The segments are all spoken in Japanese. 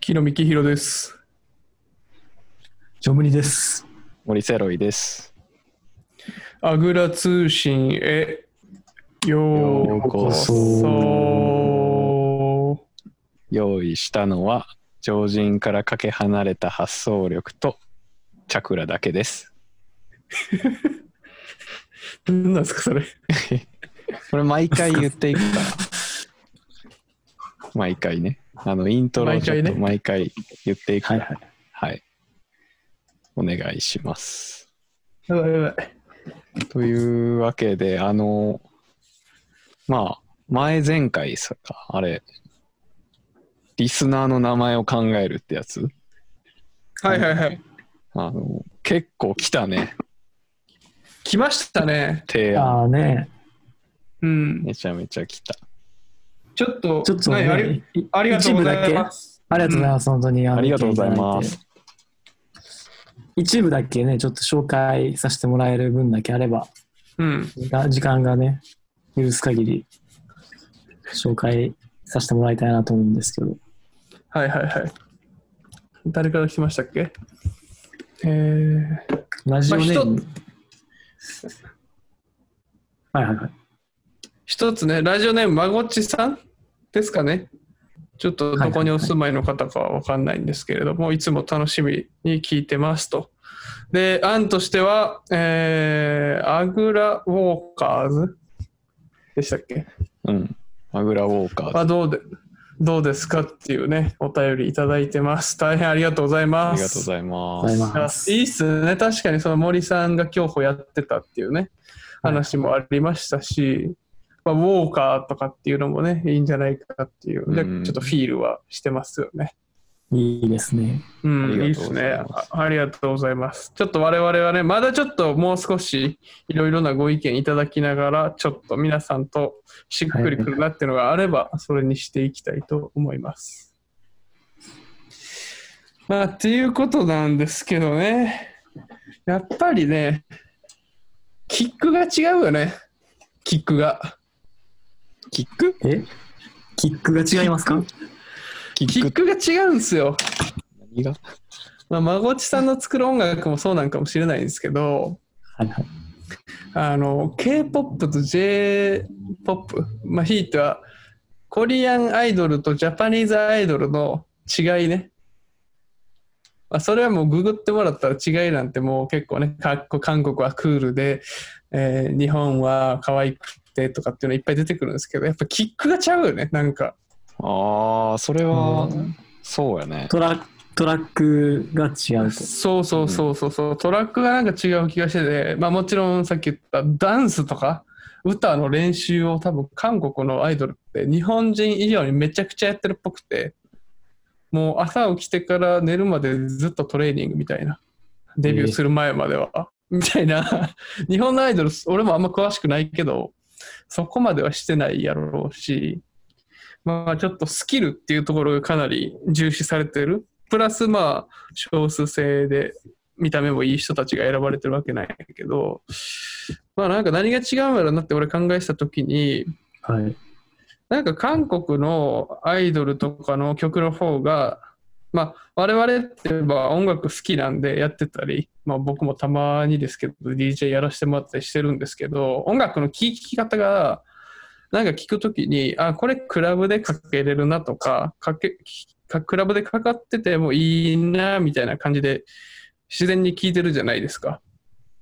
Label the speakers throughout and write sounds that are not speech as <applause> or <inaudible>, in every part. Speaker 1: 木野幹弘です。
Speaker 2: ジョムニです。
Speaker 3: 森セロイです。
Speaker 1: あぐら通信へよ
Speaker 3: よ
Speaker 1: う
Speaker 3: う
Speaker 1: こ
Speaker 3: こ
Speaker 1: そ。
Speaker 3: 用意したのは常人からかけ離れた発想力とチャクラだけです。
Speaker 1: 何なんですかそれ。
Speaker 3: これ毎回言っていくから。 <laughs> 毎回ね。あのイントロをちょっと毎回言っていくから。
Speaker 2: はい。
Speaker 3: はい。お願いします。
Speaker 1: やばいやばい。
Speaker 3: というわけで、あの、まあ、前前回さ、あれ、リスナーの名前を考えるってやつ
Speaker 1: はいはいはい。
Speaker 3: あの結構来たね、
Speaker 1: 来ましたね。
Speaker 3: 提案。
Speaker 2: ああね、
Speaker 1: うん。
Speaker 3: めちゃめちゃ来た。
Speaker 1: ちょっと、
Speaker 2: ちょっと、
Speaker 1: 何あり
Speaker 2: ね、い
Speaker 1: ありがとうございます。
Speaker 2: ありがとうございます、本当に。の
Speaker 3: ありがとうございます。。
Speaker 2: 一部だけね、ちょっと紹介させてもらえる分だけあれば、
Speaker 1: うん。
Speaker 2: 時間時間がね、許す限り、紹介させてもらいたいなと思うんですけど。
Speaker 1: はいはいはい。誰から来ましたっけえー、
Speaker 2: ラジオネーム。はいはいはい。
Speaker 1: 一つね、ラジオネーム、まごっちさんですかね。ちょっとどこにお住まいの方かはわかんないんですけれども、いつも楽しみに聞いてますと。で、案としては、えー、アグラウォーカーズでしたっけ
Speaker 3: うん。マグラウォーカーズ
Speaker 1: はどうで、どうですかっていうね、お便りいただいてます。大変ありがとうござい
Speaker 3: あ
Speaker 1: ます。
Speaker 3: りがとうござ
Speaker 2: ござい
Speaker 3: います。
Speaker 2: ま
Speaker 1: あ
Speaker 2: す。
Speaker 1: いいっすね。確かにその森さんが競歩やってたっていうね、
Speaker 2: はい
Speaker 1: 話もありましたし、まあ、ウォーカーとかっていうのもね、いいんじゃないかっていう、で
Speaker 3: うん
Speaker 1: ちょっとフィールはしてますよね。
Speaker 2: いいですね。
Speaker 1: うん、い
Speaker 3: あ
Speaker 1: い
Speaker 3: り
Speaker 1: っ
Speaker 3: がとう
Speaker 1: す
Speaker 3: ござ
Speaker 1: ね
Speaker 3: います
Speaker 1: あ。ありがとうございます。ちょっと我々はね、まだちょっともう少しいろいろなご意見いただきながら、ちょっと皆さんとしっくりくるなっていうのがあれば、それにしていきたいと思います。まあ、っていうことなんですけどね、やっぱりね、キックが違うよね、キックが。
Speaker 3: キック
Speaker 2: えキックが違いますか
Speaker 3: キ
Speaker 1: キ
Speaker 3: ック
Speaker 1: ッ
Speaker 3: って
Speaker 1: クが違うんですよ。
Speaker 3: 何が
Speaker 1: まあ、まごちさんの作る音楽もそうなんかもしれないんですけど、
Speaker 2: はいはい。
Speaker 1: あの K-POP と J-POP まあひいてはコリアンアイドルとジャパニーズアイドルの違いね、まあ、それはもうググってもらったら違いなんてもう結構ねかっこ韓国はクールで、えー日本は可愛くてとかっていうのいっぱい出てくるんですけどやっぱキックがちゃうよねなんか
Speaker 3: ああ、それは、そうやね。
Speaker 2: トラトラックが違うと。
Speaker 1: そうそうそうそうそうトラックがなんか違う気がしてて、まあ、もちろんさっき言ったダンスとか歌の練習を多分韓国のアイドルって日本人以上にめちゃくちゃやってるっぽくてもう朝起きてから寝るまでずっとトレーニングみたいなデビューする前までは、みたいな日本のアイドル俺もあんま詳しくないけどそこまではしてないやろうしまあちょっとスキルっていうところがかなり重視されてるプラスまあ少数制で見た目もいい人たちが選ばれてるわけなんやけどまあなんか何が違うんやろなって俺考えてた時に
Speaker 2: はい。
Speaker 1: なんか韓国のアイドルとかの曲の方が、まあ、我々って言えば音楽好きなんでやってたり、まあ、僕もたまにですけど DJ やらせてもらったりしてるんですけど音楽の聴き方がなんか聞くときにあこれクラブでかけれるなとかかけかクラブでかかっててもいいなみたいな感じで自然に聴いてるじゃないですか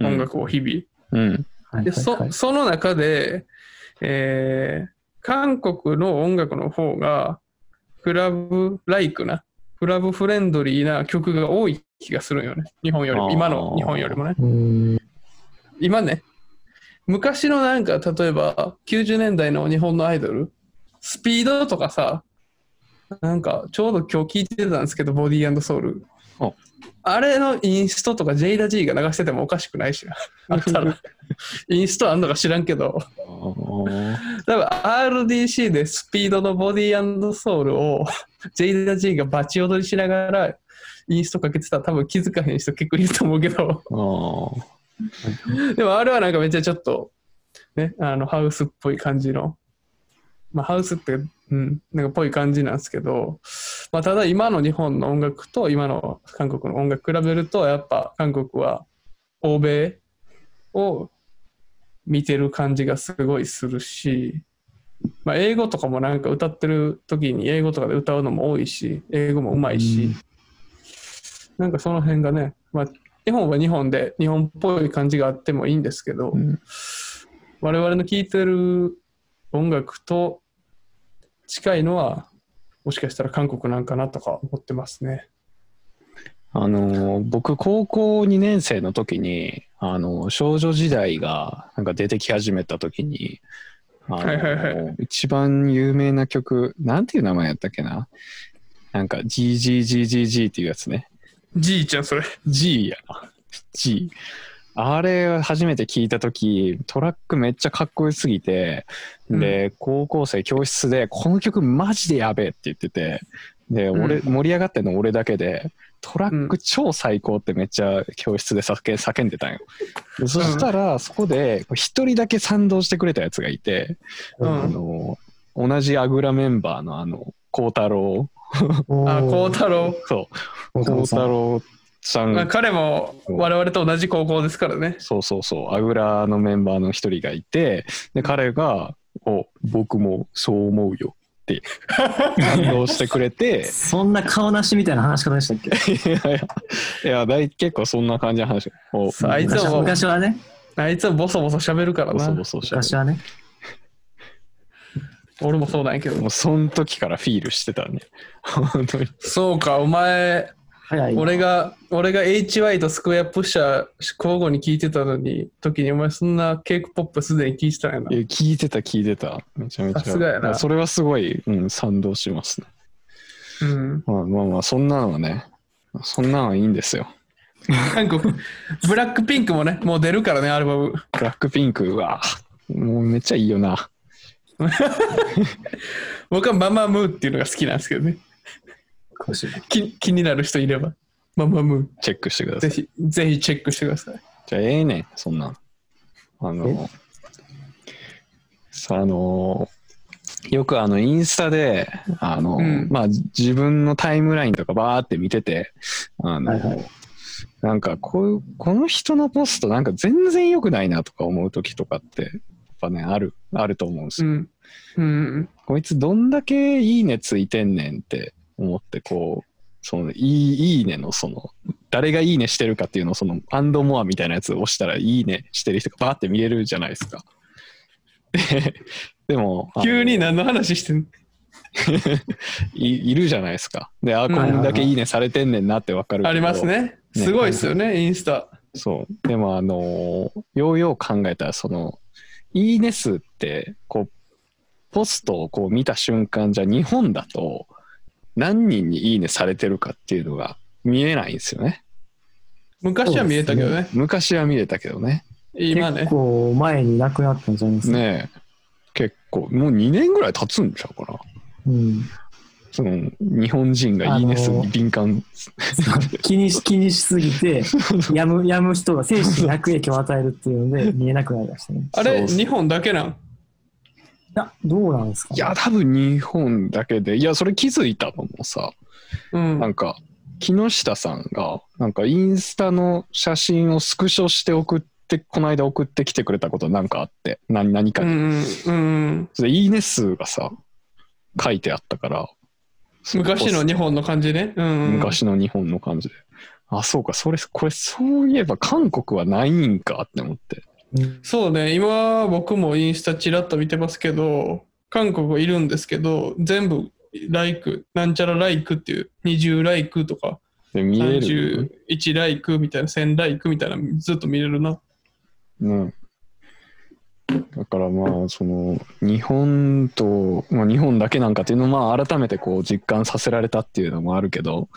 Speaker 3: うん
Speaker 1: 音楽を日々。
Speaker 3: うん。
Speaker 2: はい
Speaker 1: で
Speaker 2: はい
Speaker 1: そその中で、えー韓国の音楽の方がクラブライクなクラブフレンドリーな曲が多い気がするんよね日本より
Speaker 3: あ
Speaker 1: も
Speaker 3: ー
Speaker 1: 今の日本よりもね
Speaker 2: うーん
Speaker 1: 今ね昔のなんか例えば90年代の日本のアイドルスピードとかさなんかちょうど今日聞いてたんですけどボディーソウル
Speaker 3: お
Speaker 1: あれのインストとかジェイダ・ジーが流しててもおかしくな
Speaker 2: <laughs>
Speaker 1: いしなあったらインストあんのか知らんけど
Speaker 3: あー
Speaker 1: 多分 RDC でスピードのボディーソウルを <laughs> ジェイダ・ジーがバチ踊りしながらインストかけてたら多分気づかへん人結構いると思うけど
Speaker 3: あー。
Speaker 1: でもあれはなんかめっちゃちょっとねあのハウスっぽい感じのまあ、ハウスって、うん、なんかぽい感じなんですけど、まあ、ただ今の日本の音楽と今の韓国の音楽比べると、やっぱ韓国は欧米を見てる感じがすごいするし、まあ、英語とかもなんか歌ってる時に英語とかで歌うのも多いし、英語もうまいし、
Speaker 3: うん
Speaker 1: なんかその辺がね、まあ、日本は日本で日本っぽい感じがあってもいいんですけど、
Speaker 3: うん
Speaker 1: 我々の聴いてる音楽と近いのはもしかしたら韓国なんかなとか思ってますね。
Speaker 3: あの僕高校2年生の時にあの少女時代がなんか出てき始めた時にあの
Speaker 1: はいはいは
Speaker 3: 一番有名な曲なんていう名前やったっけななんか GGGGG っていうやつね
Speaker 1: じいちゃんそれ。
Speaker 3: G やな G あれ初めて聞いた時トラックめっちゃかっこよすぎてで、高校生教室でこの曲マジでやべえって言っててで俺、
Speaker 1: う
Speaker 3: 盛り上がってんの俺だけでトラック超最高ってめっちゃ教室で叫叫んでたんよでそしたらそこで一人だけ賛同してくれたやつがいて、
Speaker 1: うん
Speaker 3: あの同じあぐらメンバーのあの孝太郎
Speaker 1: あ、孝
Speaker 2: こ
Speaker 1: 太郎。
Speaker 3: そう
Speaker 2: う
Speaker 3: 孝
Speaker 2: 太
Speaker 3: 太
Speaker 2: 郎
Speaker 3: 郎さん
Speaker 1: まあ、彼も我々と同じ高校ですからね。
Speaker 3: そうそうそう、あぐらのメンバーの一人がいて、で、彼が、お、僕もそう思うよ
Speaker 1: <laughs>
Speaker 3: って、感動してくれて、
Speaker 2: そんな顔なしみたいな話し方でしたっけ
Speaker 3: いやいや、いやだい結構そんな感じの話。お、
Speaker 1: そうあいつ
Speaker 2: 昔は
Speaker 1: も、
Speaker 2: 昔はね、
Speaker 1: あいつもボソボソ喋るから
Speaker 3: ボソ
Speaker 1: な
Speaker 3: ボ。ソして
Speaker 2: 昔はね。
Speaker 1: 俺もそうなんやけど
Speaker 3: も。う、その時からフィールしてたね。
Speaker 1: <laughs>
Speaker 3: 本当に。
Speaker 1: そうか、お前、
Speaker 2: 早い。
Speaker 1: 俺が、俺が HY とスクエアプッシャー交互に聞いてたのに、時にお前そんなケークポップすでに聞いてたんやな。
Speaker 3: いや聞いてた、聞いてた。めちゃめちゃ。
Speaker 1: さすがやな
Speaker 3: それはすごい、うん、賛同しますね。
Speaker 1: うん。
Speaker 3: まあまあまあ、そんなのはね、そんなのはいいんですよ。
Speaker 1: 韓国、ブラックピンクもね、もう出るからね、アルバム。
Speaker 3: ブラックピンク、うわ、もうめっちゃいいよな。
Speaker 1: 僕はママムーっていうのが好きなんですけどね。
Speaker 2: 少し
Speaker 1: 気気になる人いれば、ママム
Speaker 3: チェックしてくだ
Speaker 1: ー。
Speaker 3: さ
Speaker 1: ぜ
Speaker 3: い。
Speaker 1: ひ、ぜひチェックしてください。
Speaker 3: じゃあええねん、そんなん。あの、さあの、よくあのインスタで、あの、
Speaker 1: うん
Speaker 3: まあじ自分のタイムラインとかバーって見てて、あの、
Speaker 2: はいはい
Speaker 3: なんかこういう、この人のポストなんか全然良くないなとか思う時とかって、やっぱね、ある、あると思うんです
Speaker 1: う
Speaker 3: よ。
Speaker 1: ん。うん。
Speaker 3: こいつどんだけいいねついてんねんって思って、こう、そのいいいいねのその誰がいいねしてるかっていうのをそのアンドモアみたいなやつを押したらいいねしてる人がバーって見えるじゃないですか。ででもあの <laughs>
Speaker 1: 急に何の話してんの
Speaker 3: いいるじゃないですか。であこんだけいいねされてんねんなってわかるけど
Speaker 1: ありますね。すごいですよね、インスタ。
Speaker 3: そう。でも、あのーようよう考えたら、その、いいね数って、こう、ポストをこう見た瞬間じゃ、日本だと、何人にいいねされてるかっていうのが見えないんですよね。
Speaker 1: 昔は見えたけどね。
Speaker 3: 昔は見れたけどね。
Speaker 1: 今ね
Speaker 2: 結。構前になくなったんじゃないですか。
Speaker 3: ねえ。結構、もう2年ぐらい経つんちゃうかな。
Speaker 2: うん、
Speaker 3: その、日本人がいいね数に敏感。
Speaker 2: 気にし <laughs> 気にしすぎ
Speaker 1: <laughs>
Speaker 2: て、やむやむ人が精神に悪影響を与えるっていうので、見えなくなりましたね。
Speaker 1: あ
Speaker 3: そ
Speaker 1: れ、
Speaker 3: うそう
Speaker 1: 日本だけなん
Speaker 2: いや、どうなんですか、
Speaker 3: いや、多分日本だけで、いや、それ気づいたのもさ、
Speaker 1: うん
Speaker 3: な。んか、木下さんが、なんかインスタの写真をスクショして送って、この間送ってきてくれたことなんかあって、何何か
Speaker 1: う
Speaker 3: に、
Speaker 1: んうんうん、
Speaker 3: それいいね数がさ、書いてあったから。それこそ
Speaker 1: 昔の日本の感じね。うんうん、
Speaker 3: 昔の日本の感じで。あ、そうか、それ、これ、そういえば韓国はないんかって思って。
Speaker 2: うん
Speaker 1: そうね、今僕もインスタちらっと見てますけど、韓国いるんですけど、全部、ライク、なんちゃらライクっていう、20ライクとか、
Speaker 3: で見える。
Speaker 1: 31ライクみたいな、1000ライクみたいな、ずっと見れるな。
Speaker 3: ね。だからまあその日本と、まあ、日本だけなんかっていうのをまあ改めてこう実感させられたっていうのもあるけど、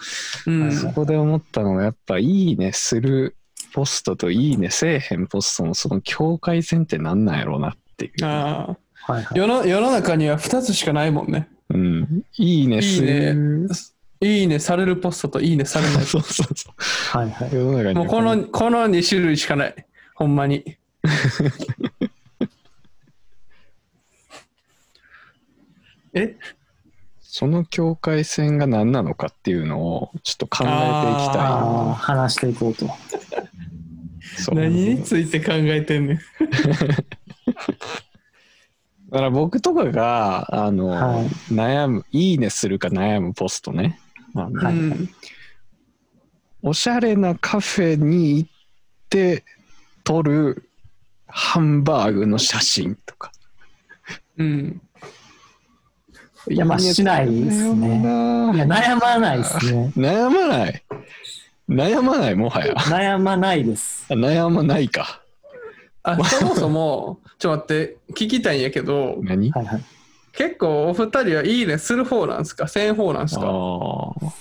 Speaker 1: うん、
Speaker 3: そこで思ったのはやっぱ「いいね」するポストと「いいね」せえへんポストのその境界線ってなんなんやろうなっていう。
Speaker 1: ああ
Speaker 2: はいはい。
Speaker 1: 世の世の中には2つしかないもんね。
Speaker 3: うん、いいねする。 <laughs>
Speaker 1: いいねされるポストといいねされない
Speaker 3: そうそうそ。。
Speaker 2: はいはいう
Speaker 3: 世の中に
Speaker 1: も
Speaker 3: は
Speaker 1: うこのこの2種類しかない。ほんまに。え
Speaker 3: その境界線が何なのかっていうのをちょっと考えていき
Speaker 2: あ
Speaker 3: た
Speaker 2: あ、話していこうと。
Speaker 3: いそう。
Speaker 1: 何について考えてんねん。
Speaker 3: だから僕とかがあの、
Speaker 2: はい
Speaker 3: 悩むいいねするか悩むポストねあの
Speaker 2: はい
Speaker 1: うん
Speaker 3: おしゃれなカフェに行って撮るハンバーグの写真とか
Speaker 1: うん。
Speaker 3: い
Speaker 2: やまあ
Speaker 3: いね
Speaker 2: しないですね
Speaker 3: 悩む
Speaker 2: いや、
Speaker 3: な
Speaker 2: 悩まないです
Speaker 1: <laughs>
Speaker 2: ね。
Speaker 3: 悩まない悩まないもはや
Speaker 2: 悩まないです。
Speaker 3: あ悩まないか
Speaker 1: あ、そもそも、ちょっと待って、聞きたいんやけど、
Speaker 3: 何あ
Speaker 2: はいはい。
Speaker 1: 結構お二人はいいねする方なんですかせん方なんですか
Speaker 3: ー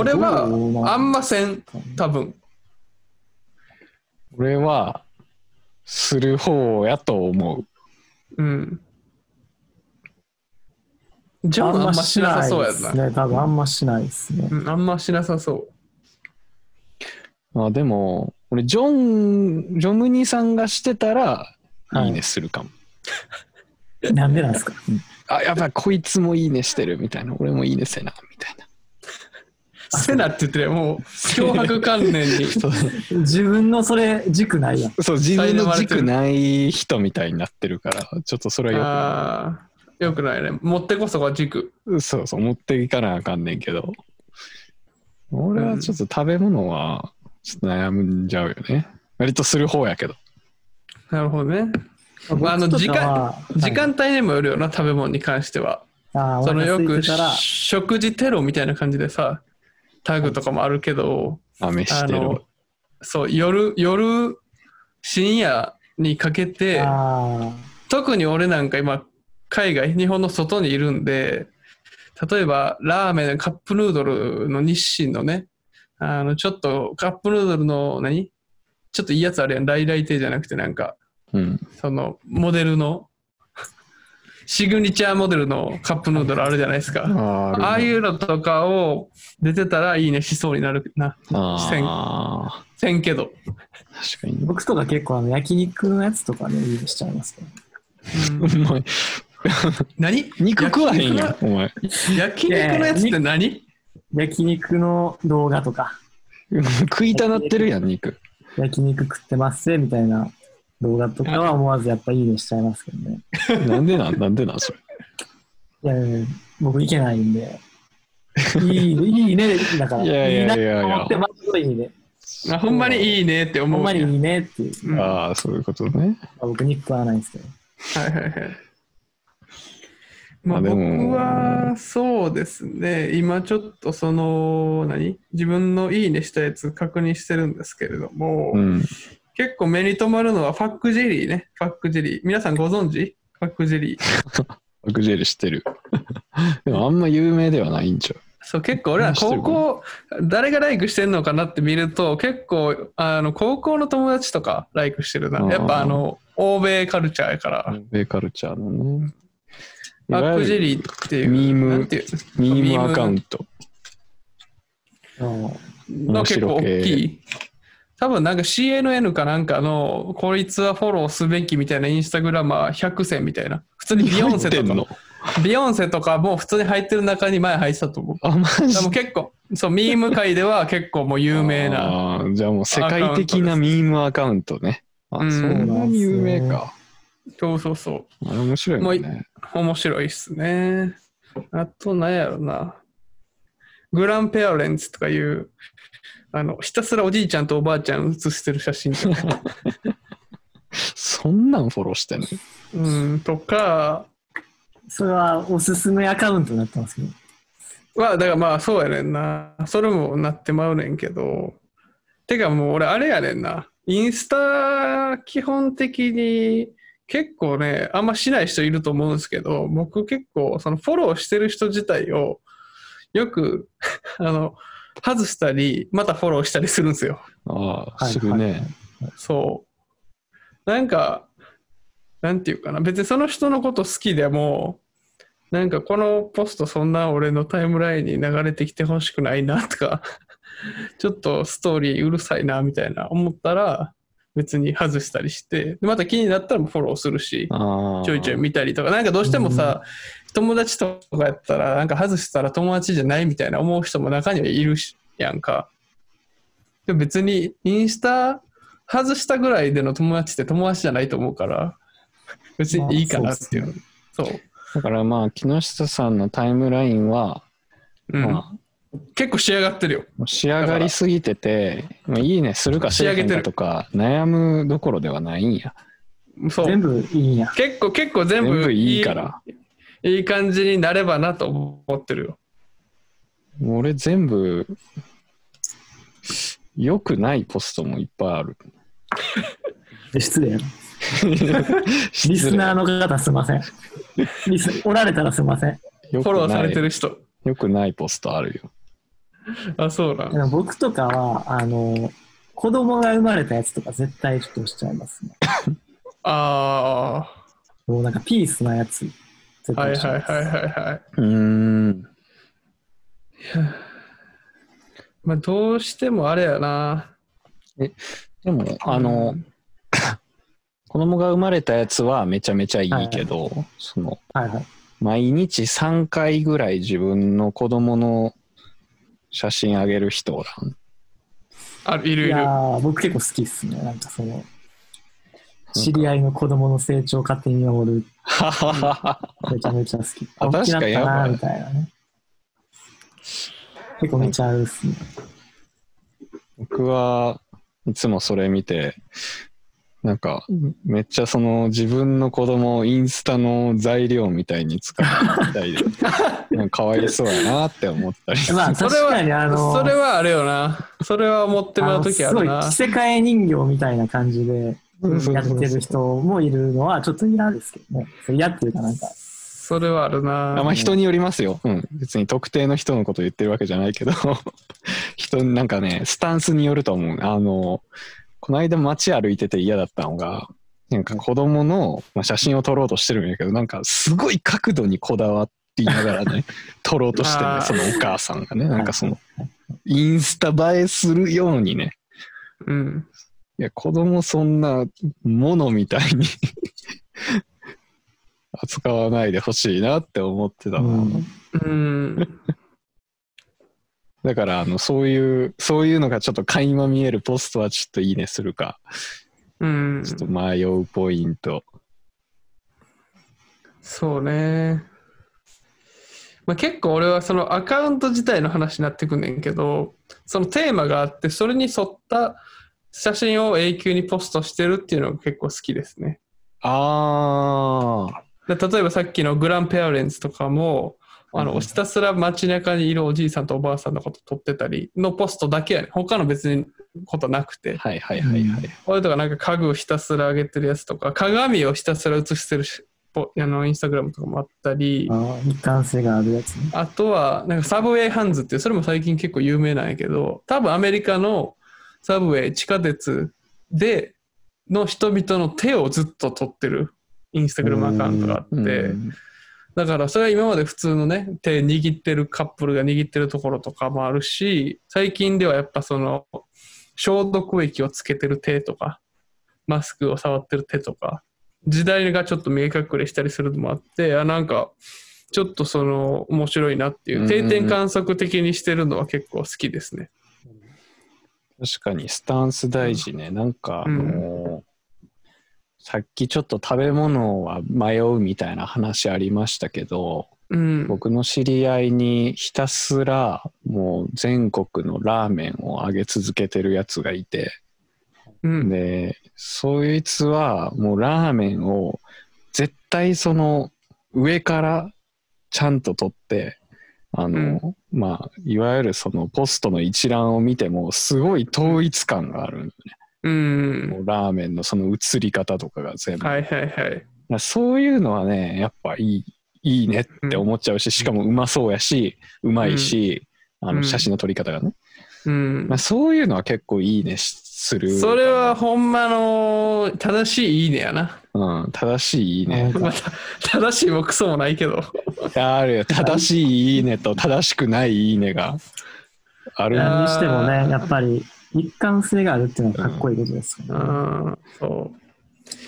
Speaker 1: 俺は
Speaker 2: どうなん
Speaker 1: あんません、多分。
Speaker 3: 俺はする方やと思う
Speaker 1: うん。ジョンあんましなさそうやんな。
Speaker 2: ね。多分あんましないですね。
Speaker 1: うん、あんましなさそう。
Speaker 3: まあでも、俺、ジョン、ジョムニさんがしてたら、
Speaker 2: はい
Speaker 3: いいねするかも。
Speaker 2: <laughs> なんでなんですか
Speaker 3: あ、やばい、こいつもいいねしてるみたいな、俺もいいねせな、みたいな。
Speaker 1: せなって言ってるよもう、脅迫観念に。
Speaker 3: そう、
Speaker 2: 自分のそれ軸ないやん。
Speaker 3: そう自分の軸ない人みたいになってるから、ちょっとそれは
Speaker 1: <laughs> ああ、よくないね。持ってこそが軸。
Speaker 3: よく、そうそう、持っていかなあかんねんけど、俺はちょっと食べ物は、ちょっと悩んじゃうよね。割とする方やけど。
Speaker 1: なるほどね。まああの
Speaker 2: 僕とかは
Speaker 1: 時間帯にもよるよな、食べ物に関しては。
Speaker 2: はいあー
Speaker 1: そのよ
Speaker 2: お腹空
Speaker 1: く
Speaker 2: いてたら
Speaker 1: 食事テロみたいな感じでさ、タグとかもあるけど、
Speaker 3: 試し
Speaker 1: あ
Speaker 3: てる
Speaker 1: の。、そう、夜、夜、深夜にかけて、
Speaker 2: あ
Speaker 1: 特に俺なんか今海外日本の外にいるんで例えばラーメンカップヌードルの日清のねあのちょっとカップヌードルの何ちょっといいやつあるやん来来亭じゃなくてなんか
Speaker 3: うん。
Speaker 1: そのモデルのシグニチャーモデルのカップヌードルあるじゃないですか
Speaker 3: あ。
Speaker 1: ああいううのとかを出てたらいいねしそうになるな
Speaker 3: あ
Speaker 1: せんけど、
Speaker 3: あ、確かに
Speaker 2: ー。僕とか結構あの焼肉のやつとかね、いいねしちゃいますけど。
Speaker 1: うん
Speaker 3: うまい。
Speaker 1: 何
Speaker 3: 肉食わへんや
Speaker 1: 焼
Speaker 3: ん、お前。
Speaker 1: 肉の焼肉のやつって何
Speaker 2: 焼肉の動画とか、
Speaker 3: 食いたなってるやん、肉。
Speaker 2: 焼肉食ってますぜみたいな動画とかは思わずやっぱいいねしちゃいますけどね。
Speaker 3: なんでなん、なんでなん、それ。
Speaker 2: いやいや僕いけないん
Speaker 1: <laughs>
Speaker 2: で。いいいいね、だから。
Speaker 3: いやいやいやいや
Speaker 2: なと思ってますといいね。
Speaker 1: あほんまにいいねって思
Speaker 2: ほ
Speaker 1: うん
Speaker 2: ま
Speaker 1: や
Speaker 2: にいいねっていう。
Speaker 1: うんは
Speaker 3: ああ、そういうことね。
Speaker 2: まあ僕肉食わないんですけど。
Speaker 1: いはいはい。まあ、
Speaker 3: まあで
Speaker 1: 僕
Speaker 3: も
Speaker 1: はそうですね、今ちょっとその、何自分のいいねしたやつ確認してるんですけれども、
Speaker 3: うん。
Speaker 1: 結構目に留まるのはファックジェリーね、ファックジェリー。皆さんご存知ファックジェリー。
Speaker 3: アクジェル知ってる。 <laughs> でもあんま有名ではないんちゃ
Speaker 1: そう結構俺ら
Speaker 3: 何して
Speaker 1: 高
Speaker 3: る
Speaker 1: 校誰がライクしてんのかなって見ると結構あの高校の友達とかライクしてるな
Speaker 3: うん
Speaker 1: やっぱあの欧米カルチャーやから
Speaker 3: う。米カルチャーのね。
Speaker 1: ファックジェ
Speaker 3: ル。
Speaker 1: リーっていう
Speaker 3: ミーム
Speaker 1: なんていう
Speaker 3: ミームアカウント。
Speaker 1: の結構大きい。多分なんか CNN かなんかのこいつはフォローすべきみたいなインスタグラマー100選みたいな。普通にビヨンセ
Speaker 3: 入
Speaker 1: と
Speaker 3: ってん
Speaker 1: か
Speaker 3: の。
Speaker 1: ビヨンセとかも普通に入ってる中に前入ってたと思う。
Speaker 3: あ、マジ
Speaker 1: でも結構、そう、ミーム界では結構もう有名な。
Speaker 3: あーじゃあもう世界的なミームアカウントね。
Speaker 1: う
Speaker 3: あ、
Speaker 1: ん
Speaker 3: そんなに有名か。
Speaker 1: そうそうそ
Speaker 3: あれ面白いもんね。
Speaker 1: う。面白いっすね。あとなんやろな。グランペアレンツとかいう、あの、ひたすらおじいちゃんとおばあちゃん写してる写真
Speaker 3: <laughs>
Speaker 1: とか。
Speaker 3: そんなんフォローしてんの
Speaker 1: うん、とか、
Speaker 2: それはおすすめアカウントになってますけど。
Speaker 1: はだからまあそうやねんなそれもなってまうねんけどてかもう俺あれやねんなインスタ基本的に結構ねあんましない人いると思うんですけど僕結構そのフォローしてる人自体をよく <laughs> あの外したりまたフォローしたりするんですよ
Speaker 3: ああ、
Speaker 2: はい
Speaker 3: する
Speaker 2: はいはい
Speaker 3: ね。
Speaker 1: そう。なんか、なんていうかな、別にその人のこと好きでも、なんかこのポストそんな俺のタイムラインに流れてきてほしくないなとか、 <laughs> ちょっとストーリーうるさいなみたいな思ったら、別に外したりして、でまた気になったらフォローするし、
Speaker 3: ああ。
Speaker 1: ちょいちょい見たりとか、なんかどうしてもさ、友達とかやったらなんか外したら友達じゃないみたいな思う人も中にはいるしやんかでも別にインスタ外したぐらいでの友達って友達じゃないと思うから別にいいかなっていう,、
Speaker 2: ま
Speaker 1: そう
Speaker 3: だからまあ、木下さんのタイムラインは、
Speaker 1: うん
Speaker 3: ま
Speaker 1: 結構仕上がってるよ
Speaker 3: あ、仕上がりすぎてて、まあ、いいねするかしないかとか、悩むどころではないんや。
Speaker 1: そう
Speaker 2: 全部いいんや。
Speaker 1: 結構結構全
Speaker 3: 全
Speaker 1: 部
Speaker 3: 部いいから。
Speaker 1: いい感じになればなと思ってるよ
Speaker 3: 俺全部、良くないポストもいっぱいある。
Speaker 2: 失礼やな。リスナーの方すいません。リスおられたらすいません。
Speaker 3: フ
Speaker 1: フォローされてる人
Speaker 3: よくないポストあるよ。
Speaker 1: あそうなん
Speaker 2: でも僕とかは、あの、子供が生まれたやつとか絶対ちょっとしちゃいますね。
Speaker 1: あ
Speaker 2: もうなんかピースなやつ。絶
Speaker 1: あは
Speaker 2: 対
Speaker 1: い
Speaker 2: しち
Speaker 1: は
Speaker 2: ゃ
Speaker 1: い
Speaker 2: ます
Speaker 1: はいはいはい
Speaker 3: うん。
Speaker 1: まあどうしてもあれやな
Speaker 3: でも、あの、子供が生まれたやつはめちゃめちゃいいけど、その、
Speaker 2: はいはい。
Speaker 3: 毎日3回ぐらい自分の子供の写真あげる人おらん。
Speaker 1: あい
Speaker 2: い
Speaker 1: るいる
Speaker 2: やー僕結構好きっすね。なんかその、知り合いの子供の成長を勝手に見守る。
Speaker 3: はははは
Speaker 2: めちゃめちゃ好き。
Speaker 3: あ
Speaker 2: 大きなった
Speaker 3: 確か
Speaker 2: な
Speaker 3: に
Speaker 2: みたいなね。結構見ちゃうっすね。
Speaker 3: 僕はいつもそれ見て、なんか、めっちゃその自分の子供をインスタの材料みたいに使ってみた
Speaker 2: <laughs>
Speaker 3: いで、なんかかわいそうやなって思ったりする。
Speaker 2: まあ
Speaker 1: そ
Speaker 2: 確
Speaker 1: れは
Speaker 2: かにあの、
Speaker 1: それはあれよなそれは思ってもらう時ある
Speaker 2: の
Speaker 1: な
Speaker 2: すごい着せ替え人形みたいな感じで
Speaker 3: うんそうそう
Speaker 2: やっ
Speaker 3: そう
Speaker 2: てる人もいるのはちょっと嫌ですけどね。それ嫌っていうかなんか、
Speaker 1: それはあるな
Speaker 3: あまあ人によりますよ、うん。別に特定の人のこと言ってるわけじゃないけど、 <laughs> 人、なんかね、スタンスによると思う。あの、この間街歩いてて嫌だったのが、なんか子供の、まあ、写真を撮ろうとしてるんやけど、なんかすごい角度にこだわっていながら <laughs> ね、撮ろうとしてる、
Speaker 1: あ
Speaker 3: ね、
Speaker 1: ー
Speaker 3: そのお母さんがね、なんかそ <laughs> の
Speaker 2: は、
Speaker 3: インスタ映えするようにね、
Speaker 1: うん
Speaker 3: いや、子供そんなものみたいに <laughs> 扱わないでほしいなって思ってたな。
Speaker 2: うん
Speaker 1: うん
Speaker 3: だからあのそういうそういうのがちょっと垣間見えるポストはちょっといいねするか
Speaker 1: うん
Speaker 3: ちょっと迷うポイント、
Speaker 1: そうね、まあ、結構俺はそのアカウント自体の話になってくんねんけどそのテーマがあってそれに沿った写真を永久にポストしてるっていうのが結構好きですね
Speaker 3: ああ
Speaker 1: で例えばさっきのグランペアレンツとかもあ
Speaker 3: うんう
Speaker 1: の
Speaker 3: ん
Speaker 1: ひたすら街中にいるおじいさんとおばあさんのこと撮ってたりのポストだけやねん他の別にことなくて
Speaker 3: はいはいはいはい、
Speaker 1: 俺とかなんか家具をひたすら上げてるやつとか鏡をひたすら写してるしポあのインスタグラムとかもあったり
Speaker 2: あの一貫性があるやつね。
Speaker 1: あとは、なんかサブウェイハンズっていう、それも最近結構有名なんやけど、多分アメリカのサブウェイ、地下鉄での人々の手をずっと撮ってるインスタグラムアカウントがあって
Speaker 3: う、ん
Speaker 1: だからそれは今まで普通のね、手握ってるカップルが握ってるところとかもあるし、最近ではやっぱその消毒液をつけてる手とか、マスクを触ってる手とか、時代がちょっと見え隠れしたりするのもあって、あなんか、ちょっとその面白いなっていうう、
Speaker 3: んうんう
Speaker 1: 定
Speaker 3: ん
Speaker 1: 点観測的にしてるのは結構好きですね。
Speaker 3: 確かにスタンス大事ねなんか、あのーさっきちょっと食べ物は迷うみたいな話ありましたけど
Speaker 1: うん。
Speaker 3: 僕の知り合いにひたすらもう全国のラーメンをあげ続けてるやつがいて、
Speaker 1: うん、
Speaker 3: で、そいつはもうラーメンを絶対その上からちゃんと取って、あの、まあ、いわゆるそのポストの一覧を見てもすごい統一感がある、
Speaker 1: う
Speaker 3: も
Speaker 1: ん。
Speaker 3: うラーメンのその映り方とかが全部。
Speaker 1: はいはいはい。
Speaker 3: まあそういうのはね、やっぱいい、いいねって思っちゃうし、しかもうまそうやし、うまいし、あ
Speaker 1: う
Speaker 3: の
Speaker 1: ん
Speaker 3: 写真の撮り方がね。
Speaker 1: うん
Speaker 3: まあ、。そういうのは結構いいねしする。
Speaker 1: それは、ほんまの正しいいいねやな。
Speaker 3: うん、正しいいいね。
Speaker 1: まあた正しいもクソもないけど。
Speaker 3: いやあるよ正しいいいねと正しくないいいねがある
Speaker 1: いや
Speaker 2: 何にしてもね、やっぱり一貫性があるっていうのはかっこいいことですよ
Speaker 1: う
Speaker 2: ね。
Speaker 1: ん、そ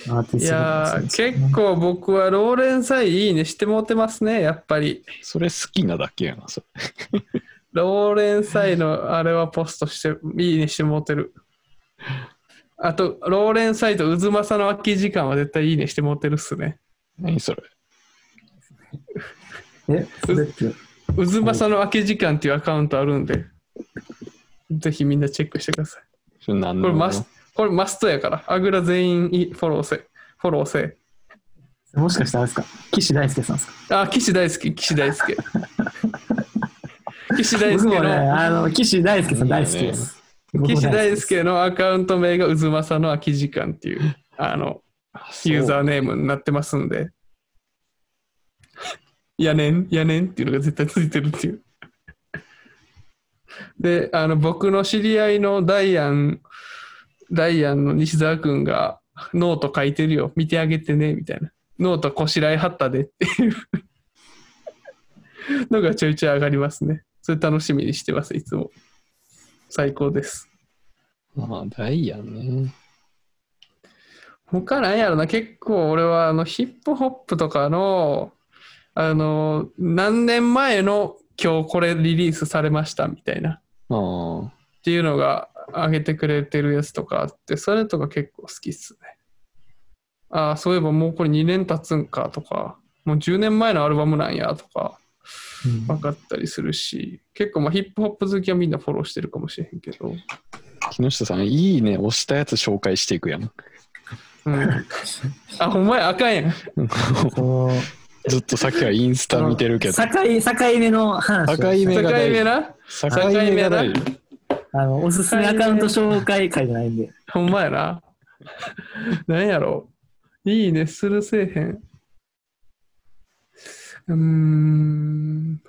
Speaker 1: う。
Speaker 2: アーティ
Speaker 1: い
Speaker 2: スト
Speaker 1: や
Speaker 2: だ
Speaker 1: ー、
Speaker 2: そうですね
Speaker 1: 結構僕はローレンさえいいねしてもうてますね、やっぱり。
Speaker 3: それ好きなだけやな、それ。
Speaker 1: ローレンさえのあれはポストして、いいねしてもうてる。あと、ローレンさえと渦政の空き時間は絶対いいねしてもうてるっすね。
Speaker 3: 何それ。
Speaker 2: え、それって、
Speaker 1: 渦政の空き時間っていうアカウントあるんで、ぜひみんなチェックしてください。
Speaker 3: それ何
Speaker 1: こ
Speaker 3: の
Speaker 1: れマス、これマストやから、あぐら全員いフォローせ、フォローせ。
Speaker 2: もしかしたらあれですか岸大輔さんですか
Speaker 1: あ、岸大好き、岸大
Speaker 2: <laughs>
Speaker 1: 好き。岸大
Speaker 2: 僕
Speaker 1: 輔
Speaker 2: もね、
Speaker 1: の、
Speaker 2: あの、岸大輔さん大好きです。僕も
Speaker 1: 岸大
Speaker 2: です
Speaker 1: 輔のアカウント名が渦政の空き時間っていう、あの、ユーザーネームになってますんで。 <laughs> やねん、やねんっていうのが絶対ついてるっていう。 <laughs> で、あの、僕の知り合いのダイアン、ダイアンの西澤くんが、ノート書いてるよ、見てあげてね、みたいな。ノートこしらえはったでっていう <laughs> のがちょいちょい上がりますね。それ楽しみにしてます、いつも。最高です。
Speaker 3: まあ、ダイヤね。
Speaker 1: 他なんやろな結構俺はあのヒップホップとかのあの何年前の今日これリリースされましたみたいなっ
Speaker 3: ああ。
Speaker 1: ていうのが上げてくれてるやつとかあってそれとか結構好きっすねああそういえばもうこれ2年経つんかとかもう10年前のアルバムなんやとか
Speaker 2: うん
Speaker 1: 分かったりするし結構まあヒップホップ好きはみんなフォローしてるかもしれへんけど、
Speaker 3: 木下さん、いいね押したやつ紹介していくやん。 <laughs>
Speaker 1: うん、あほんまやあかんやん
Speaker 2: こ
Speaker 3: ずっとさっきからインス
Speaker 2: う
Speaker 3: タ見てるけど。
Speaker 2: 境、境目の話を。
Speaker 3: 境目
Speaker 1: 境
Speaker 3: が大
Speaker 1: 目
Speaker 3: 事。
Speaker 1: な
Speaker 3: 境
Speaker 1: 目だ
Speaker 3: 大事
Speaker 2: あの、おすすめアカウント紹介会じゃないんで。
Speaker 1: <laughs> ほんまやな。何やろいいね、するせえへん。うーん。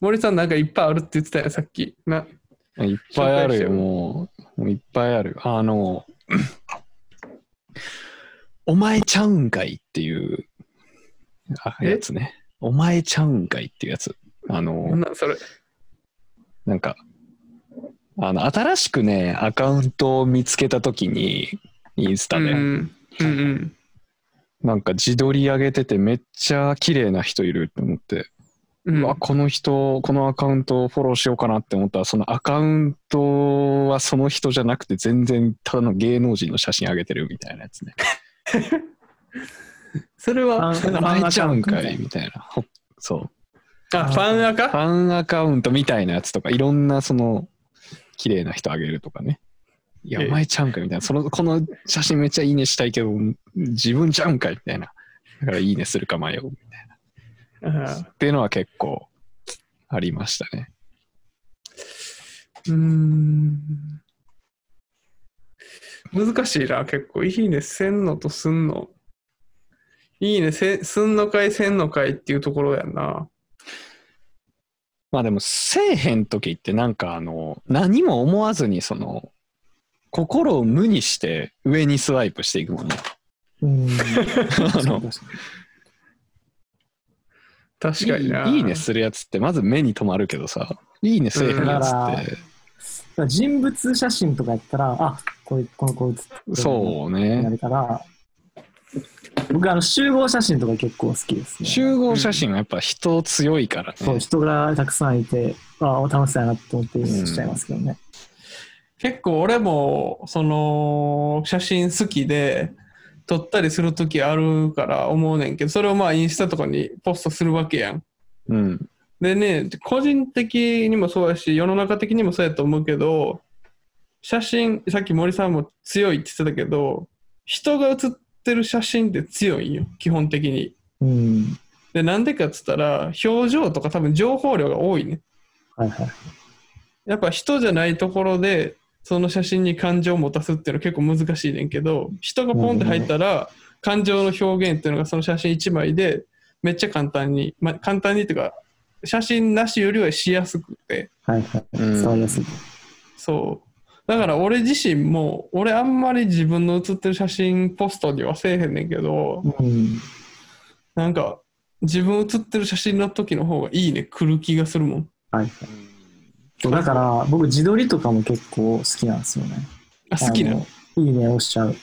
Speaker 1: 森さんなんかいっぱいあるって言ってたよ、さっき。な。
Speaker 3: いっぱいあ
Speaker 1: 紹介
Speaker 3: る
Speaker 1: して
Speaker 3: よ、
Speaker 1: も
Speaker 3: もう。もういっぱいある。あの、お前ちゃうんかいっていうあ
Speaker 1: え
Speaker 3: やつね。お前ちゃうんかいっていうやつ。あの、
Speaker 1: なんそれ。
Speaker 3: なんか、あの、新しくね、アカウントを見つけたときに、インスタ
Speaker 1: うん
Speaker 3: で、
Speaker 1: うん。うん
Speaker 3: なんか自撮り上げてて、めっちゃ綺麗な人いると思って、
Speaker 1: うん。うん
Speaker 3: うわこの人このアカウントをフォローしようかなって思ったらそのアカウントはその人じゃなくて全然ただの芸能人の写真あげてるみたいなや <laughs> つね
Speaker 1: それは、
Speaker 2: あ
Speaker 1: あ、
Speaker 2: フ
Speaker 3: それ
Speaker 2: ァンアカウント
Speaker 3: えちゃうんかいみたいなほそう
Speaker 1: ファンア
Speaker 3: フ
Speaker 1: カ
Speaker 3: ァンアカウントみたいなやつとかいろんなその綺麗な人あげるとかねいや
Speaker 1: ええ
Speaker 3: お前ちゃうんかいみたいなそのこの写真めっちゃいいねしたいけど自分ちゃうんかいみたいなだからいいねするか迷う
Speaker 1: あ
Speaker 3: っていうのは結構ありましたね
Speaker 1: ーうーん。難しいな、結構。いいね、せんのとすんの。いいね、せすんのかい、せんのかいっていうところやんな。
Speaker 3: まあでもせえへん時ってなんかあの何も思わずにその心を無にして上にスワイプしていくもんね。
Speaker 2: うん。
Speaker 3: あの
Speaker 1: 確かにな。
Speaker 3: いいいいねするやつってまず目に留まるけどさいいねせえへんやつって、
Speaker 2: 人物写真とかやったら、あ、これ、この子写ってる
Speaker 3: そう
Speaker 2: な
Speaker 3: ね
Speaker 2: るから、僕、あの、集合写真とか結構好きですね。
Speaker 3: 集合写真はやっぱ人強いから
Speaker 2: そう、
Speaker 3: ね、
Speaker 2: 人がたくさんいて、ああ、楽しそうやなと思ってしちゃいますけどね。
Speaker 1: 結構俺もその写真好きで撮ったりする時あるから思うねんけどそれをまあインスタとかにポストするわけやん。
Speaker 3: うん、
Speaker 1: でね個人的にもそうやし世の中的にもそうやと思うけど写真さっき森さんも強いって言ってたけど人が写ってる写真って強いんよ基本的に。
Speaker 2: うん。
Speaker 1: でなんでかっつったら表情とか多分情報量が多いね。
Speaker 2: はいはい。
Speaker 1: やっぱ人じゃないところでその写真に感情を持たすっていうのは結構難しいねんけど人がポンって入ったら感情の表現っていうのがその写真1枚でめっちゃ簡単に、まあ、簡単にっていうか写真なしよりはしやすくて
Speaker 2: はいはい。
Speaker 3: うん
Speaker 2: 伝わりやすい。
Speaker 1: そうだから俺自身も俺あんまり自分の写ってる写真ポストにはせえへんねんけど
Speaker 2: うん。
Speaker 1: なんか自分写ってる写真の時の方がいいね来る気がするもん
Speaker 2: はいはい。そうだから、僕、自撮りとかも結構好きなんですよね。
Speaker 1: あ好きな
Speaker 2: あ
Speaker 1: の
Speaker 2: のいいね、押しちゃう。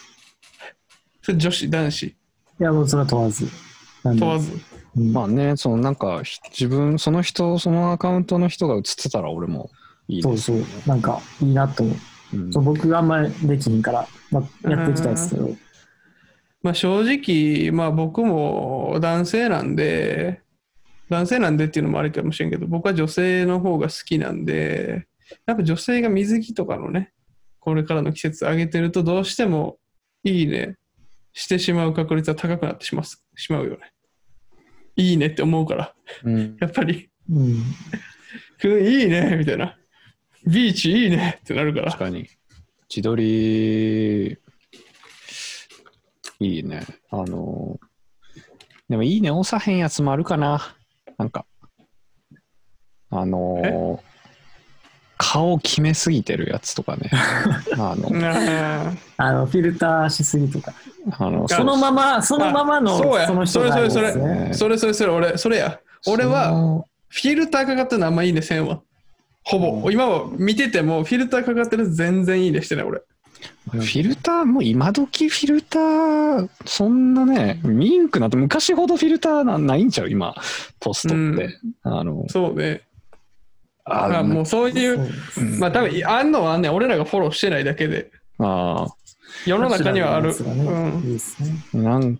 Speaker 1: それ女子、男子
Speaker 2: いや、もうそれは問わず。問
Speaker 1: 問わず。
Speaker 2: うん
Speaker 3: まあね、そのなんかひ自分、その人、そのアカウントの人が映ってたら俺もいい
Speaker 2: そう
Speaker 3: で
Speaker 2: そう。なんか、いいなと思う。
Speaker 3: うん
Speaker 2: そう僕があんまりできひんから、まあ、やっていきたいですけど。
Speaker 1: まあ正直、まあ僕も男性なんで、男性なんでっていうのもあるかもしれんけど、僕は女性の方が好きなんで、やっぱ女性が水着とかのね、これからの季節上げてるとどうしてもいいねしてしまう確率は高くなってしますしまうよね。いいねって思うから、
Speaker 3: うん
Speaker 1: やっぱり、
Speaker 2: うん。
Speaker 1: くいいねみたいな。ビーチいいねってなるから
Speaker 3: 確。かに。自撮り、いいね。あの、でもいいね押さへんやつもあるかな。なんか、あの、顔決めすぎてるやつと
Speaker 1: <laughs>
Speaker 3: かね。あの、
Speaker 1: あ
Speaker 2: あの、フィルターしすぎとか。
Speaker 3: あの
Speaker 2: そのまま、そのままの、
Speaker 1: あそうや
Speaker 2: の人が
Speaker 1: それそれ
Speaker 2: です
Speaker 1: そ
Speaker 2: ね
Speaker 1: ーそれそれそれ、俺、それや。俺は、フィルターかかってるのあんまいいねせんわ。ほぼ。
Speaker 3: う
Speaker 1: 今は見てても、フィルターかかってるの全然いいねしてない、俺。
Speaker 3: フィルターも今時フィルターそんなねミンクなんて昔ほどフィルターなないんちゃう今ポストって、
Speaker 1: うん
Speaker 3: あの
Speaker 1: そうね。
Speaker 3: あ
Speaker 1: あもうそうい
Speaker 2: そう
Speaker 1: う、まあ多分、あんのはね、俺らがフォローしてないだけで、
Speaker 3: あ
Speaker 1: 世の中にはある。
Speaker 2: ナチュラルなやつがね
Speaker 1: うん
Speaker 2: いいですね。
Speaker 3: ーなん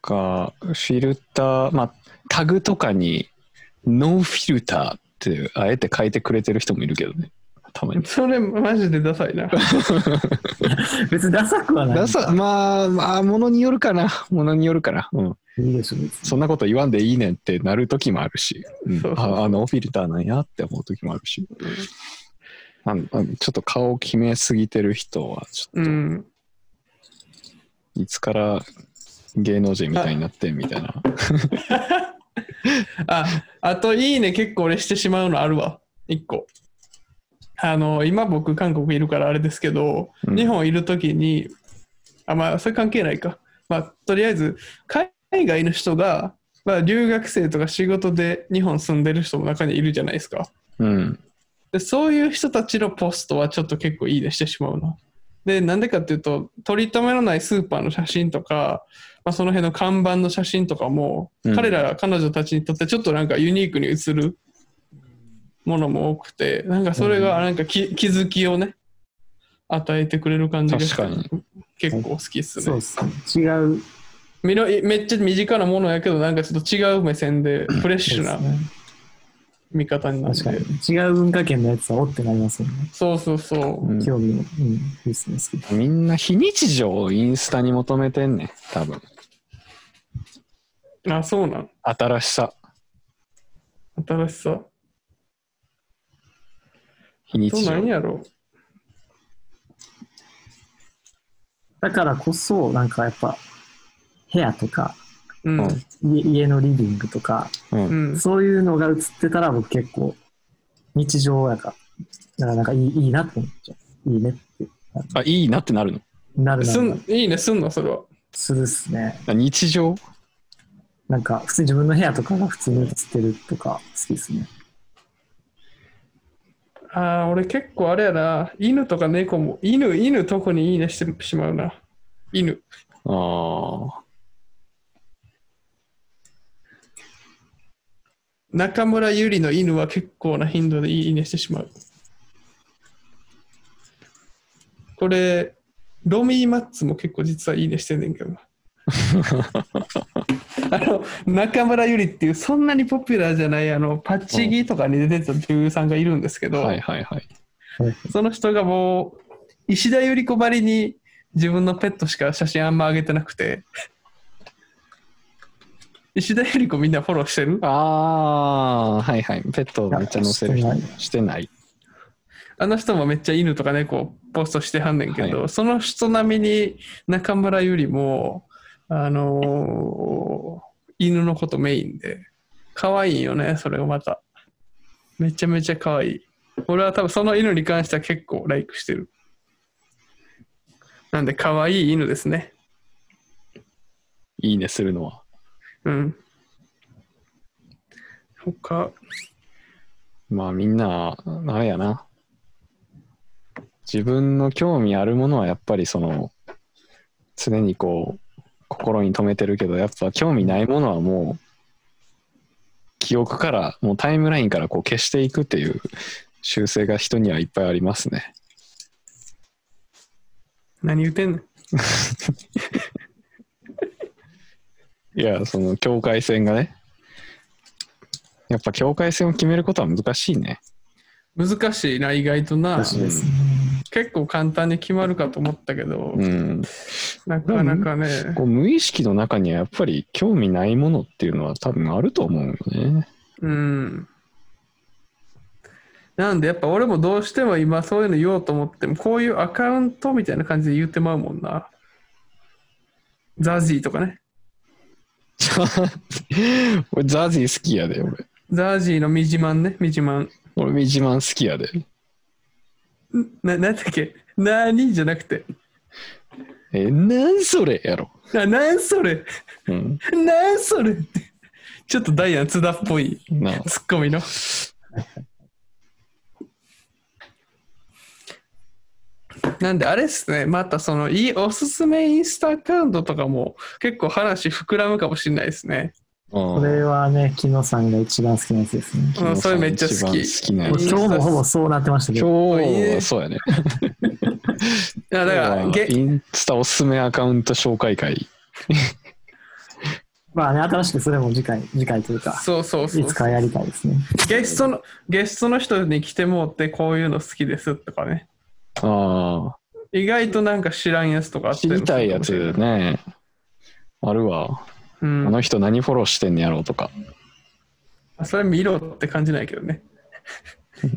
Speaker 3: かフィルターまあタグとかにノーフィルターってあえて書いてくれてる人もいるけどねたまに
Speaker 1: それ、マジでダサ
Speaker 2: <laughs>
Speaker 1: いな。
Speaker 2: 別にダサくはない。
Speaker 3: ださまあまあものによるかな <laughs> ものによるかなうん
Speaker 2: いいでしょ、別に。
Speaker 3: そんなこと言わんでいいねんってなる時もあるし、うん
Speaker 1: そうそうそう
Speaker 3: ああのフィルターなんやって思う時もあるし、あのあのちょっと顔を決めすぎてる人はちょ
Speaker 1: う
Speaker 3: っ
Speaker 1: ん。
Speaker 3: といつから芸能人みたいになってんみたいな、
Speaker 1: あ、あといいね、結構俺してしまうのあるわ。一個。あの、今僕、韓国いるからあれですけど、
Speaker 3: うん
Speaker 1: 日本いるときに、あ、まあ、それ関係ないか。まあ、とりあえず、海外の人が、まあ、留学生とか仕事で日本住んでる人も中にいるじゃないですか。
Speaker 3: うん
Speaker 1: で、そういう人たちのポストはちょっと結構いいねしてしまうな。で、なんでかっていうと、取り留めのないスーパーの写真とか、まあ、その辺の看板の写真とかも、
Speaker 3: うん
Speaker 1: 彼ら、彼女たちにとってちょっとなんかユニークに映るものも多くて、なんかそれがなんかき、気づきをね、与えてくれる感じが
Speaker 3: 確かに
Speaker 1: 結構好きっす
Speaker 2: そう
Speaker 1: ね
Speaker 2: っすね。違う。
Speaker 1: みの。めっちゃ身近なものやけど、なんかちょっと違う目線でフレッシュ
Speaker 2: そうっ
Speaker 1: な
Speaker 2: すね
Speaker 1: 見方になっ
Speaker 2: 確
Speaker 1: て。
Speaker 2: かに。違う文化圏のやつはおってなりますよね。
Speaker 1: そうそうそう。
Speaker 3: うん
Speaker 2: 興味も。うん。いいですね。好き。
Speaker 3: みんな非日常をインスタに求めてんねん多分
Speaker 1: あ、そうなん。
Speaker 3: 新しさ
Speaker 1: 新しさ。
Speaker 3: 非日
Speaker 1: そうなん
Speaker 3: 常
Speaker 1: やろ
Speaker 2: だからこそ、なんかやっぱ、部屋とか、
Speaker 1: う。うん。
Speaker 2: 家家のリビングとか、
Speaker 3: うん
Speaker 1: うん。
Speaker 2: そういうのが映ってたら僕結構、日常やから、なんかなんかいいいいなって思っちゃう。いいねって
Speaker 3: あいいなってなるの
Speaker 2: なるな
Speaker 1: す
Speaker 2: るなる
Speaker 1: んいいね、すんの、それは。
Speaker 2: するっすね。
Speaker 3: あ日常
Speaker 2: なんか、普通に自分の部屋とかが普通に映ってるとか、好きですね。
Speaker 1: ああ、俺結構あれやな。犬とか猫も、犬、犬、特にいいねしてしまうな。犬。
Speaker 3: あ
Speaker 1: 中村ゆりの犬は結構な頻度でいいねしてしまう。これ、ロミーマッツも結構実はいいねしてんねんけどな。あの中村ゆりっていうそんなにポピュラーじゃないあのパッチギとかに出てた女優さんがいるんですけ
Speaker 3: あ
Speaker 1: ど、
Speaker 3: はいはいはい
Speaker 1: その人がもう、石田ゆり子ばりに自分のペットしか写真あんま上げてなくて、石田ゆり子みんなフォローしてる
Speaker 3: ああーはいはいペットめっちゃ載せる人
Speaker 2: いや
Speaker 3: してない
Speaker 1: あの人もめっちゃ犬とか猫をポストしてはんねんけど、
Speaker 3: は
Speaker 1: その人並みに中村ゆりも、あのー犬のことメインで、可愛いよね、それがまた。めちゃめちゃ可愛い。俺は多分その犬に関しては結構ライクしてる。なんで可愛い犬ですね。
Speaker 3: いいねするのは
Speaker 1: うん。他、
Speaker 3: まあみんな、あれやな。自分の興味あるものはやっぱりその、常にこう心に留めてるけどやっぱ興味ないものはもう記憶からもうタイムラインからこう消していくっていう習性が人にはいっぱいありますね。
Speaker 1: 何言ってんの
Speaker 3: いやその境界線がねやっぱ境界線を決めることは難しいね。
Speaker 1: 難しいな、意外とな。
Speaker 2: 確かにですね。
Speaker 1: 結構簡単に決まるかと思ったけど、
Speaker 3: うん、
Speaker 1: なかなかね。
Speaker 3: こう無意識の中にはやっぱり興味ないものっていうのは多分あると思うよね。
Speaker 1: うん。なんでやっぱ俺もどうしても今そういうの言おうと思ってもこういうアカウントみたいな感じで言ってまうもんな。ザジーとかね。
Speaker 3: 俺ザジー好きやで俺。
Speaker 1: ザジーのミジマンね、ミジマン。
Speaker 3: 俺ミジマン好きやで。
Speaker 1: んな、なんだっけなにじゃなくて。
Speaker 3: え、なんそれやろ。
Speaker 1: な、なんそれ
Speaker 3: うん。
Speaker 1: なんそれって。ちょっとダイアン津田っぽい
Speaker 3: なあ
Speaker 1: ツッコミの。なんであれっすね、またそのいいおすすめインスタアカウントとかも結構話膨らむかもしれないですね。
Speaker 2: これはね、木野さんが一番好きなやつですね。
Speaker 1: うん、それめっちゃ好き。い
Speaker 3: 一番好きなや
Speaker 2: もう
Speaker 3: つ。
Speaker 1: いい
Speaker 2: 今日もほぼそうなってましたけど、
Speaker 3: 今日はそうやね。
Speaker 1: やだから
Speaker 3: 今日は
Speaker 1: げ
Speaker 3: インスタおすすめアカウント紹介会。
Speaker 2: まあね、新しくそれも次回、次回というか、
Speaker 1: そうそうそ
Speaker 2: いうつかやりたいですね。
Speaker 1: ゲストの。ゲストの人に来てもうってこういうの好きですとかね。
Speaker 3: あ
Speaker 1: 意外となんか知らんやつとかあ
Speaker 3: あ。
Speaker 1: って
Speaker 3: 知りたいやつね。あるわ。
Speaker 1: う
Speaker 3: あ
Speaker 1: ん
Speaker 3: の、人何フォローしてんねやろうとか。
Speaker 1: それ見ろって感じないけどね。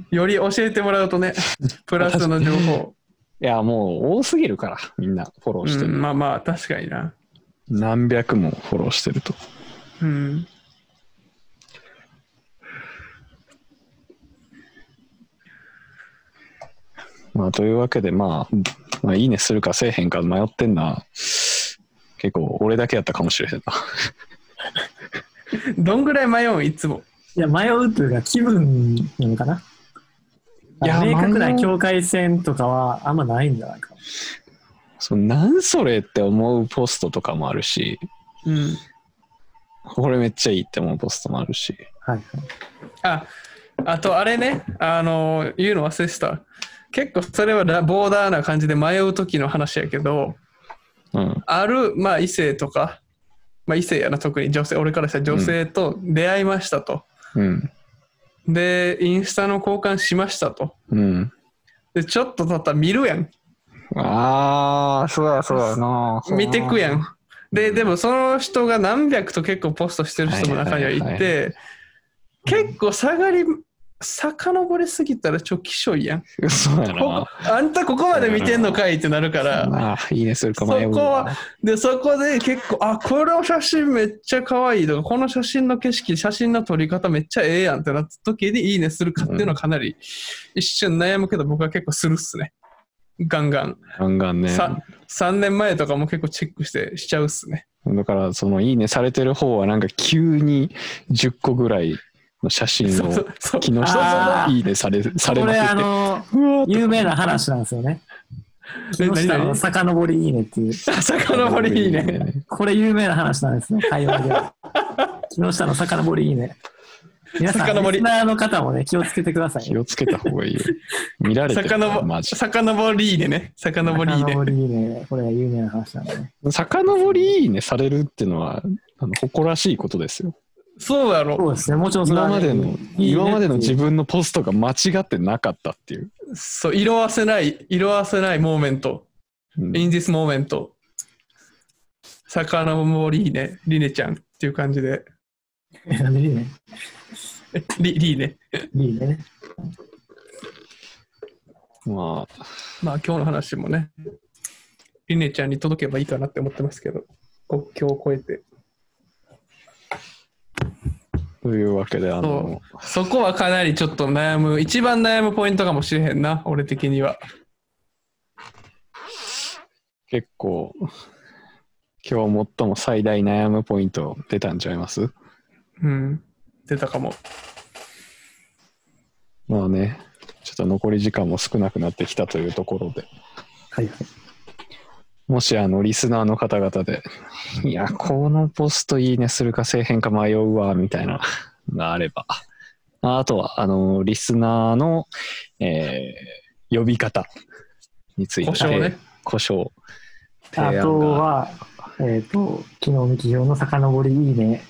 Speaker 1: より教えてもらうとね、プラスの情報。
Speaker 3: いや、もう多すぎるから、みんなフォローして
Speaker 1: う
Speaker 3: る。
Speaker 1: ん、まあまあ、確かにな。
Speaker 3: 何百もフォローしてると。
Speaker 1: うん。
Speaker 3: まあ、というわけで、まあ、まあ、いいねするかせえへんか迷ってんな。結構、俺だけやったかもしれへんな。
Speaker 1: どんぐらい迷うん、いつも。
Speaker 2: いや、迷うというか、気分なのかない
Speaker 3: や
Speaker 2: 明確な
Speaker 3: 迷う
Speaker 2: 境界線とかはあんまないんじゃないかな。
Speaker 3: そのなんそれって思うポストとかもあるし、
Speaker 1: うん。
Speaker 3: これめっちゃいいって思うポストもあるし。
Speaker 2: はいはい。
Speaker 1: あ、あとあれね、あの、言うの忘れてた。結構それはラボーダーな感じで迷う時の話やけど、
Speaker 3: うん。
Speaker 1: ある、まあ異性とか、まあ異性やな、特に女性、俺からしたら女性と出会いましたと。
Speaker 3: うん。
Speaker 1: で、インスタの交換しましたと。
Speaker 3: うん。
Speaker 1: で、ちょっと経ったら見るやん。
Speaker 3: ああ、そうやそうやな
Speaker 1: 見てくや
Speaker 3: ん。
Speaker 1: ん。で、でもその人が何百と結構ポストしてる人も中にはい
Speaker 3: はいはい
Speaker 1: て、結構下がり、遡りすぎたらちょっときしょいやん。
Speaker 3: そうや
Speaker 1: こ
Speaker 3: な。
Speaker 1: あんたここまで見てんのかいってなるから、
Speaker 3: あーいいねするか迷う
Speaker 1: そこは
Speaker 3: わ。
Speaker 1: で、そこで結構、あ、この写真めっちゃ可愛いとか、この写真の景色、写真の撮り方めっちゃええやんってなった時にいいねするかっていうのはかなり一瞬悩むけど、僕は結構するっすね。ガンガン。
Speaker 3: ガンガンね。
Speaker 1: さ3年前とかも結構チェックしてしちゃうっすね。
Speaker 3: だから、そのいいねされてる方は、なんか急に10個ぐらいの写真
Speaker 1: そう
Speaker 3: を
Speaker 1: そうそう
Speaker 3: 木下
Speaker 2: あ
Speaker 3: さ
Speaker 2: ー
Speaker 3: んいいねされさ
Speaker 2: こ
Speaker 3: れま
Speaker 2: れ、あ
Speaker 3: くって。
Speaker 2: の、
Speaker 3: うわー
Speaker 2: 有名な話なんですよね。木
Speaker 1: え
Speaker 2: 下
Speaker 1: 何
Speaker 2: の
Speaker 1: 々
Speaker 2: 遡りいいねっていう。
Speaker 1: 遡りいいね。。
Speaker 2: これ有名な話なんですよ、会話で。木下の遡りいいね。皆さん、
Speaker 1: 遡
Speaker 2: リ
Speaker 1: り
Speaker 2: スナーの方もね、気をつけてください
Speaker 3: 気 <laughs>
Speaker 2: ね。
Speaker 3: をつけた方がいいよ。見られてるからマジ。
Speaker 1: 遡りいいねね。遡りいいね
Speaker 2: 遡。りいいね。これが有名な話なんでね。
Speaker 3: 遡りいいねされるっていうのはあの誇らしいことですよ。
Speaker 1: そうやろ。
Speaker 2: そうですね、もちろんそれ
Speaker 3: 今
Speaker 2: は
Speaker 3: ま
Speaker 2: ね
Speaker 3: での
Speaker 2: いいねっていう
Speaker 3: 今までの自分のポストが間違ってなかったっていう。
Speaker 1: そう、色あせない、色あせないモーメント。
Speaker 3: うん
Speaker 1: インディスモーメント。遡りいいね。りねちゃんっていう感じで。
Speaker 2: なんで <laughs> いいね。
Speaker 1: えり、りいね。
Speaker 2: いいね。
Speaker 3: まあ
Speaker 1: まあ今日の話もね、りねちゃんに届けばいいかなって思ってますけど、国境を越えて。
Speaker 3: というわけであの
Speaker 1: そう。そこはかなりちょっと悩む、一番悩むポイントかもしれへんな、俺的には。
Speaker 3: 結構今日最も最大悩むポイント出たんちゃいます
Speaker 1: うん。出たかも。
Speaker 3: まあねちょっと残り時間も少なくなってきたというところで、
Speaker 2: はいはい。
Speaker 3: もしあのリスナーの方々で、いや、このポストいいねするかせえへんか迷うわ、みたいなのがあれば。ああとは、あの、リスナーの、えー呼び方について。
Speaker 1: 故障ね。
Speaker 3: 故障。提
Speaker 2: あ
Speaker 3: 案が
Speaker 2: とは、えっ、と、昨日、日常の遡りいいね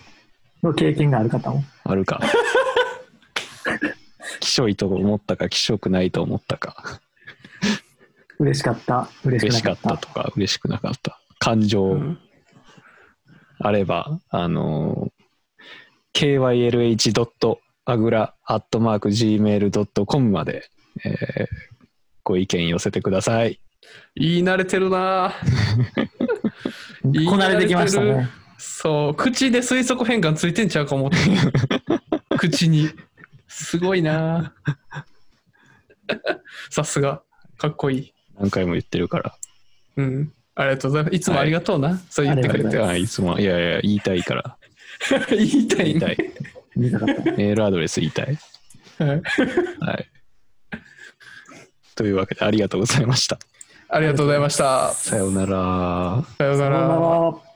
Speaker 2: の経験がある方も。
Speaker 3: あるか。 <laughs> きしょいと思ったか、きしょくないと思ったか、
Speaker 2: 嬉しかった、嬉
Speaker 3: 嬉
Speaker 2: し
Speaker 3: し
Speaker 2: く
Speaker 3: か
Speaker 2: な
Speaker 3: っ
Speaker 2: かった。
Speaker 3: たとか、嬉しくなかった。感
Speaker 1: う
Speaker 3: 情
Speaker 1: ん
Speaker 3: あれば、あのー、kylh.agra.gmail.com まで、えーご意見寄せてください。
Speaker 1: 言い慣れてるなぁいい
Speaker 2: こなれてきましたね。
Speaker 1: そう口で推測変換ついてんちゃうか思 <laughs> ってる口にすごいな <laughs> ぁさすがかっこいい
Speaker 3: 何回も言ってるから。
Speaker 1: うんありがとうございますいつもありがとうな、そう言ってくれ
Speaker 2: あり
Speaker 1: て
Speaker 2: が
Speaker 3: あいつも、いやいや、言いたいから。
Speaker 1: <laughs> 言いた
Speaker 3: 言
Speaker 1: い
Speaker 3: い
Speaker 1: んだ
Speaker 3: たい。
Speaker 2: 見たかった。
Speaker 3: メールアドレス言いたい。
Speaker 1: はい
Speaker 3: はい。というわけで、ありがとうございました。
Speaker 1: ありがとうございました
Speaker 3: さようなら。
Speaker 1: さようなら
Speaker 2: さようなら